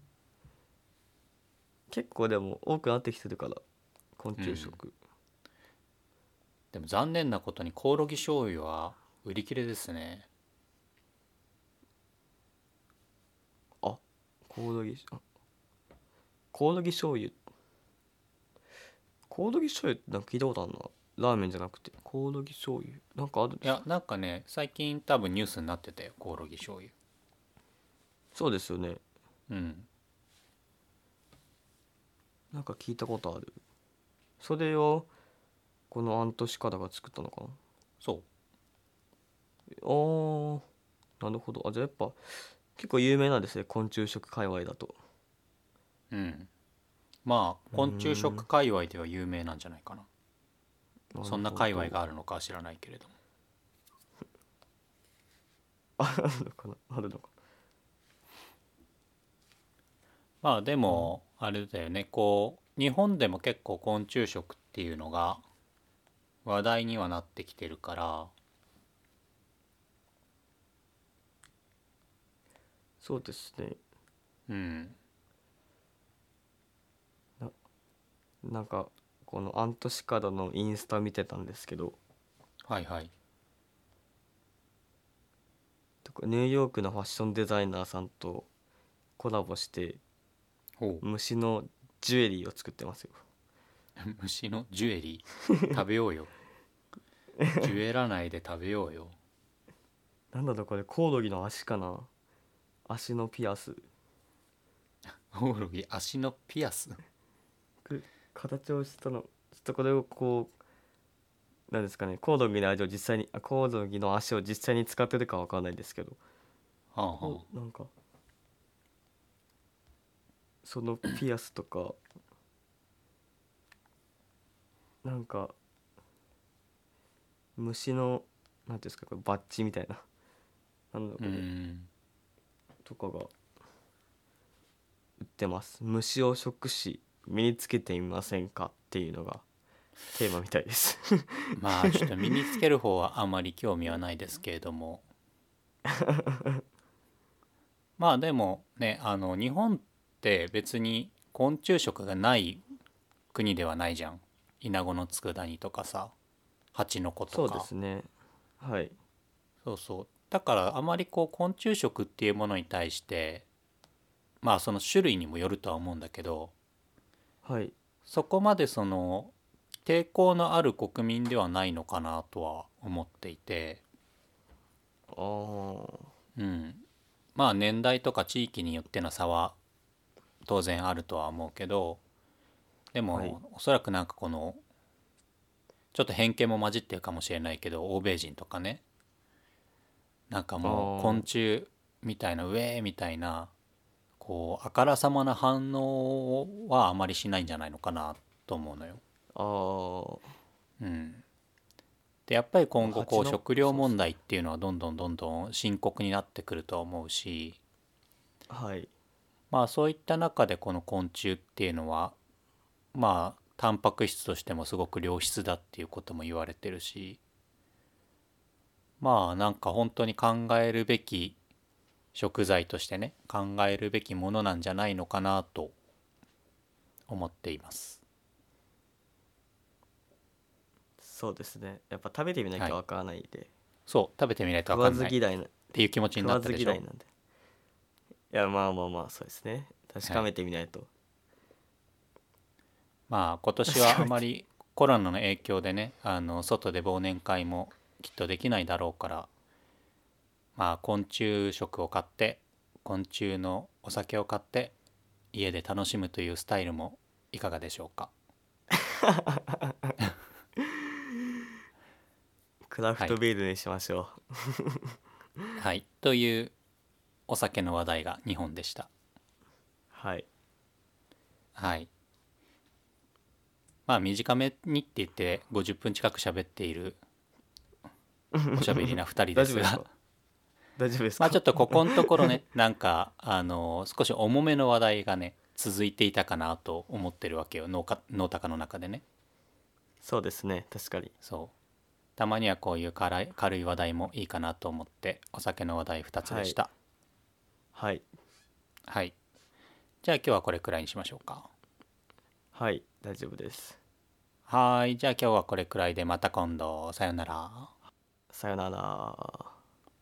B: 結構でも多くなってきてるから昆虫食、
A: でも残念なことにコオロギ醤油は売り切れですね
B: コオロギあコオロギ醤油コオロギ醤油ってなんか聞いたことあるなラーメンじゃなくてコオロギ醤油なんかある
A: いやなんかね最近多分ニュースになってたよコオロギ醤油
B: そうですよね
A: うん
B: なんか聞いたことあるそれをこのアントシカダが作ったのかな
A: そう
B: あーなるほどあじゃあやっぱ結構有名なんですね昆虫食界隈だと
A: うんまあ昆虫
B: うーん
A: 食界隈では有名なんじゃないかなそんな界隈
B: が
A: があるのかは知らないけれども
B: あるのかなあるのか
A: まあでもあれだよねこう日本でも結構昆虫食っていうのが話題にはなってきてるから
B: そうですね
A: うん
B: なんかこのアントシカダのインスタ見てたんですけど
A: はいはい
B: とかニューヨークのファッションデザイナーさんとコラボして
A: ほ
B: 虫のジュエリーを作ってますよ
A: う <laughs> 虫のジュエリー食べよう
B: <laughs>
A: よジュエらないで食べようよ
B: なんだろうこれコオロギの足かな足のピアス
A: コオロギ足のピアス
B: 形をしたのちょっとこれをこうなんですかねコオロギの味を実際にあコオロギの足を実際に使ってるかわかんないですけど
A: はあはあ
B: おなんかそのピアスとかなんか虫のなんていうんですかこれバッジみたいななん
A: う
B: だろうこれ
A: ん
B: とかが売ってます虫を食し身につけてみませんかっていうのがテーマみたいです
A: まあちょっと身につける方はあまり興味はないですけれど
B: <laughs>
A: もまあでもねあの日本って別に昆虫食がない国ではないじゃんイナゴの佃煮とかさ蜂の子と
B: そう
A: か
B: ですねはい
A: そうそうだからあまりこう昆虫食っていうものに対してまあその種類にもよるとは思うんだけど
B: はい
A: そこまでその抵抗のある国民ではないのかなとは思っていて、
B: あー
A: うん、まあ年代とか地域によっての差は当然あるとは思うけどで
B: はい
A: もおそらくなんかこのちょっと偏見も混じってるかもしれないけど欧米人とかねなんかもう
B: あー
A: 昆虫みたいなウェーみたいなこうあからさまな反応はあまりしないんじゃないのかなと思うのよ。
B: あー
A: うん、でやっぱり今後こう
B: 蜂の
A: 食料問題っていうのはどんどんどんどん深刻になってくるとは思うし
B: はい
A: まあそういった中でこの昆虫っていうのはまあタンパク質としてもすごく良質だっていうことも言われてるしまあなんか本当に考えるべき食材としてね考えるべきものなんじゃないのかなと思っています。
B: そうですねやっぱ食べてみなきゃわからないで、
A: そう食べてみないと
B: 食
A: 分か
B: わ
A: ん
B: ず
A: ないっ
B: 嫌いな
A: ていう気持ちに
B: 食
A: なっ
B: わ
A: た
B: ず
A: でし
B: 嫌
A: ょ
B: いなんでいやまあまあまあそうですね確かめてみないと、
A: まあ今年はあまりコロナの影響でねあの外で忘年会もきっとできないだろうからまあ昆虫食を買って昆虫のお酒を買って家で楽しむというスタイルもいかがでしょうか
B: クラフトビールにしましょう、
A: はいというお酒の話題が2本でした
B: はい
A: はいまあ短めにって言って50分近く喋っているおしゃべりな2人で
B: <laughs> 大丈
A: す
B: 夫です
A: が
B: か大丈夫ですか、
A: まあちょっとここのところね <laughs> なんかあの少し重めの話題がね続いていたかなと思ってるわけよ脳か脳高の中でね
B: そうですね確かに
A: そうたまにはこういう軽い軽い話題もいいかなと思ってお酒の話題2つでした
B: はい
A: はい、じゃあ今日はこれくらいにしましょうか
B: はい大丈夫です
A: はーいじゃあ今日はこれくらいでまた今度さよなら
B: さよなら